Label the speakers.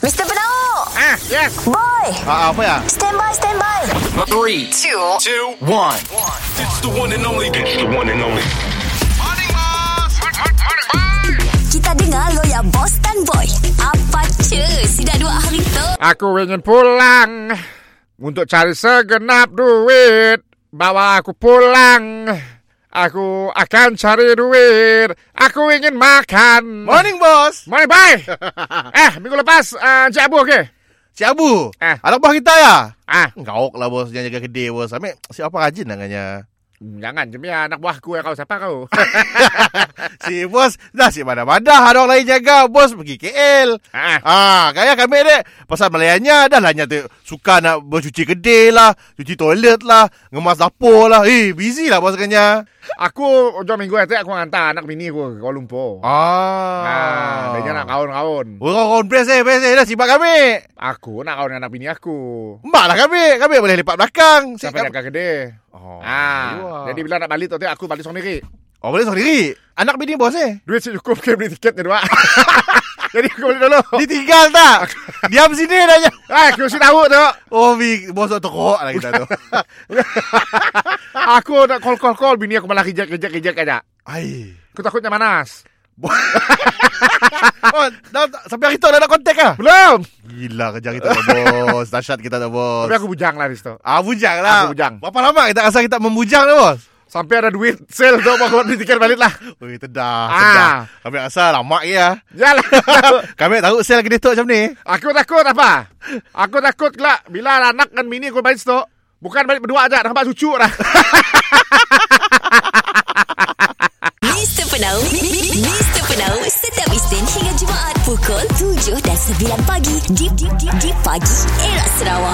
Speaker 1: Mr. Penau
Speaker 2: Ah, yes.
Speaker 1: Boy
Speaker 2: Ah, apa ya?
Speaker 1: Stand by, stand by
Speaker 3: Three, two, two, one.
Speaker 4: It's the one and only. It's the one and only.
Speaker 1: Kita dengar lo ya boss dan boy Apa cuy Si dah dua hari tu
Speaker 2: Aku ingin pulang untuk cari segenap duit. Bawa aku pulang. Aku akan cari duit. Aku ingin makan.
Speaker 5: Morning bos.
Speaker 2: Morning, bye. eh, minggu lepas uh, Encik Abu okey?
Speaker 5: Si Abu.
Speaker 2: Ah.
Speaker 5: Anak buah kita ya.
Speaker 2: Ah,
Speaker 5: Gauk lah bos jangan jaga kedai bos. Ambil siapa rajin lah dengannya.
Speaker 2: hmm, jangan jemia anak buahku ya kau siapa kau?
Speaker 5: si bos dah si mana-mana orang lain jaga bos pergi KL.
Speaker 2: ah,
Speaker 5: Ah, kaya kami dek pasal Melayanya dah lah nyata suka nak bercuci kedai lah, cuci toilet lah, ngemas dapur lah. Eh, busy lah bos kanya.
Speaker 2: aku jom minggu itu aku hantar anak bini aku ke Kuala Lumpur. Ah,
Speaker 5: Ah.
Speaker 2: dia nak kawan-kawan.
Speaker 5: Ha. Orang-orang best eh, best eh. Dah sibak kami.
Speaker 2: Aku nak kawan dengan anak bini aku.
Speaker 5: Mak lah kami. Kami boleh lepak belakang. Si-
Speaker 2: Sampai dekat kedai.
Speaker 5: Oh,
Speaker 2: Ah,
Speaker 5: Jadi,
Speaker 2: jadi bila nak balik tu aku balik sendiri.
Speaker 5: oh boleh sendiri. Anak bini bos eh.
Speaker 2: Duit si cukup ke beli tiket ni dua. Jadi aku beli dulu.
Speaker 5: Ditinggal tak? Diam sini dah je.
Speaker 2: Ah, aku si tahu tu.
Speaker 5: Oh, Vic. Bos tu teruk lah kita tu.
Speaker 2: Aku nak call call call bini aku malah kejak kejak kejak aja.
Speaker 5: Ai.
Speaker 2: Aku takutnya manas.
Speaker 5: Oh, dah, sampai hari tu dah nak kontak lah.
Speaker 2: Belum.
Speaker 5: Gila kerja kita tu, bos. Dahsyat kita tu, bos.
Speaker 2: Tapi aku bujang lah di situ.
Speaker 5: Ah, bujang lah.
Speaker 2: Aku bujang.
Speaker 5: Berapa lama kita rasa kita membujang tu, bos?
Speaker 2: Sampai ada duit sale tu mau beli tiket balik lah.
Speaker 5: Ui, tedah,
Speaker 2: Ah.
Speaker 5: tedah. Kami rasa lama ke ya.
Speaker 2: Jalan.
Speaker 5: Kami tahu sel kedai tu macam ni.
Speaker 2: aku takut apa? Aku takut kelak bila ada anak dan bini aku balik situ. Bukan balik berdua aja, nampak cucu lah.
Speaker 1: Mr. Penau Mi- Mi- Mi- Mr. Penau Setiap Isnin hingga Jumaat Pukul 7 dan 9 pagi Di, di, di, di pagi Era Sarawak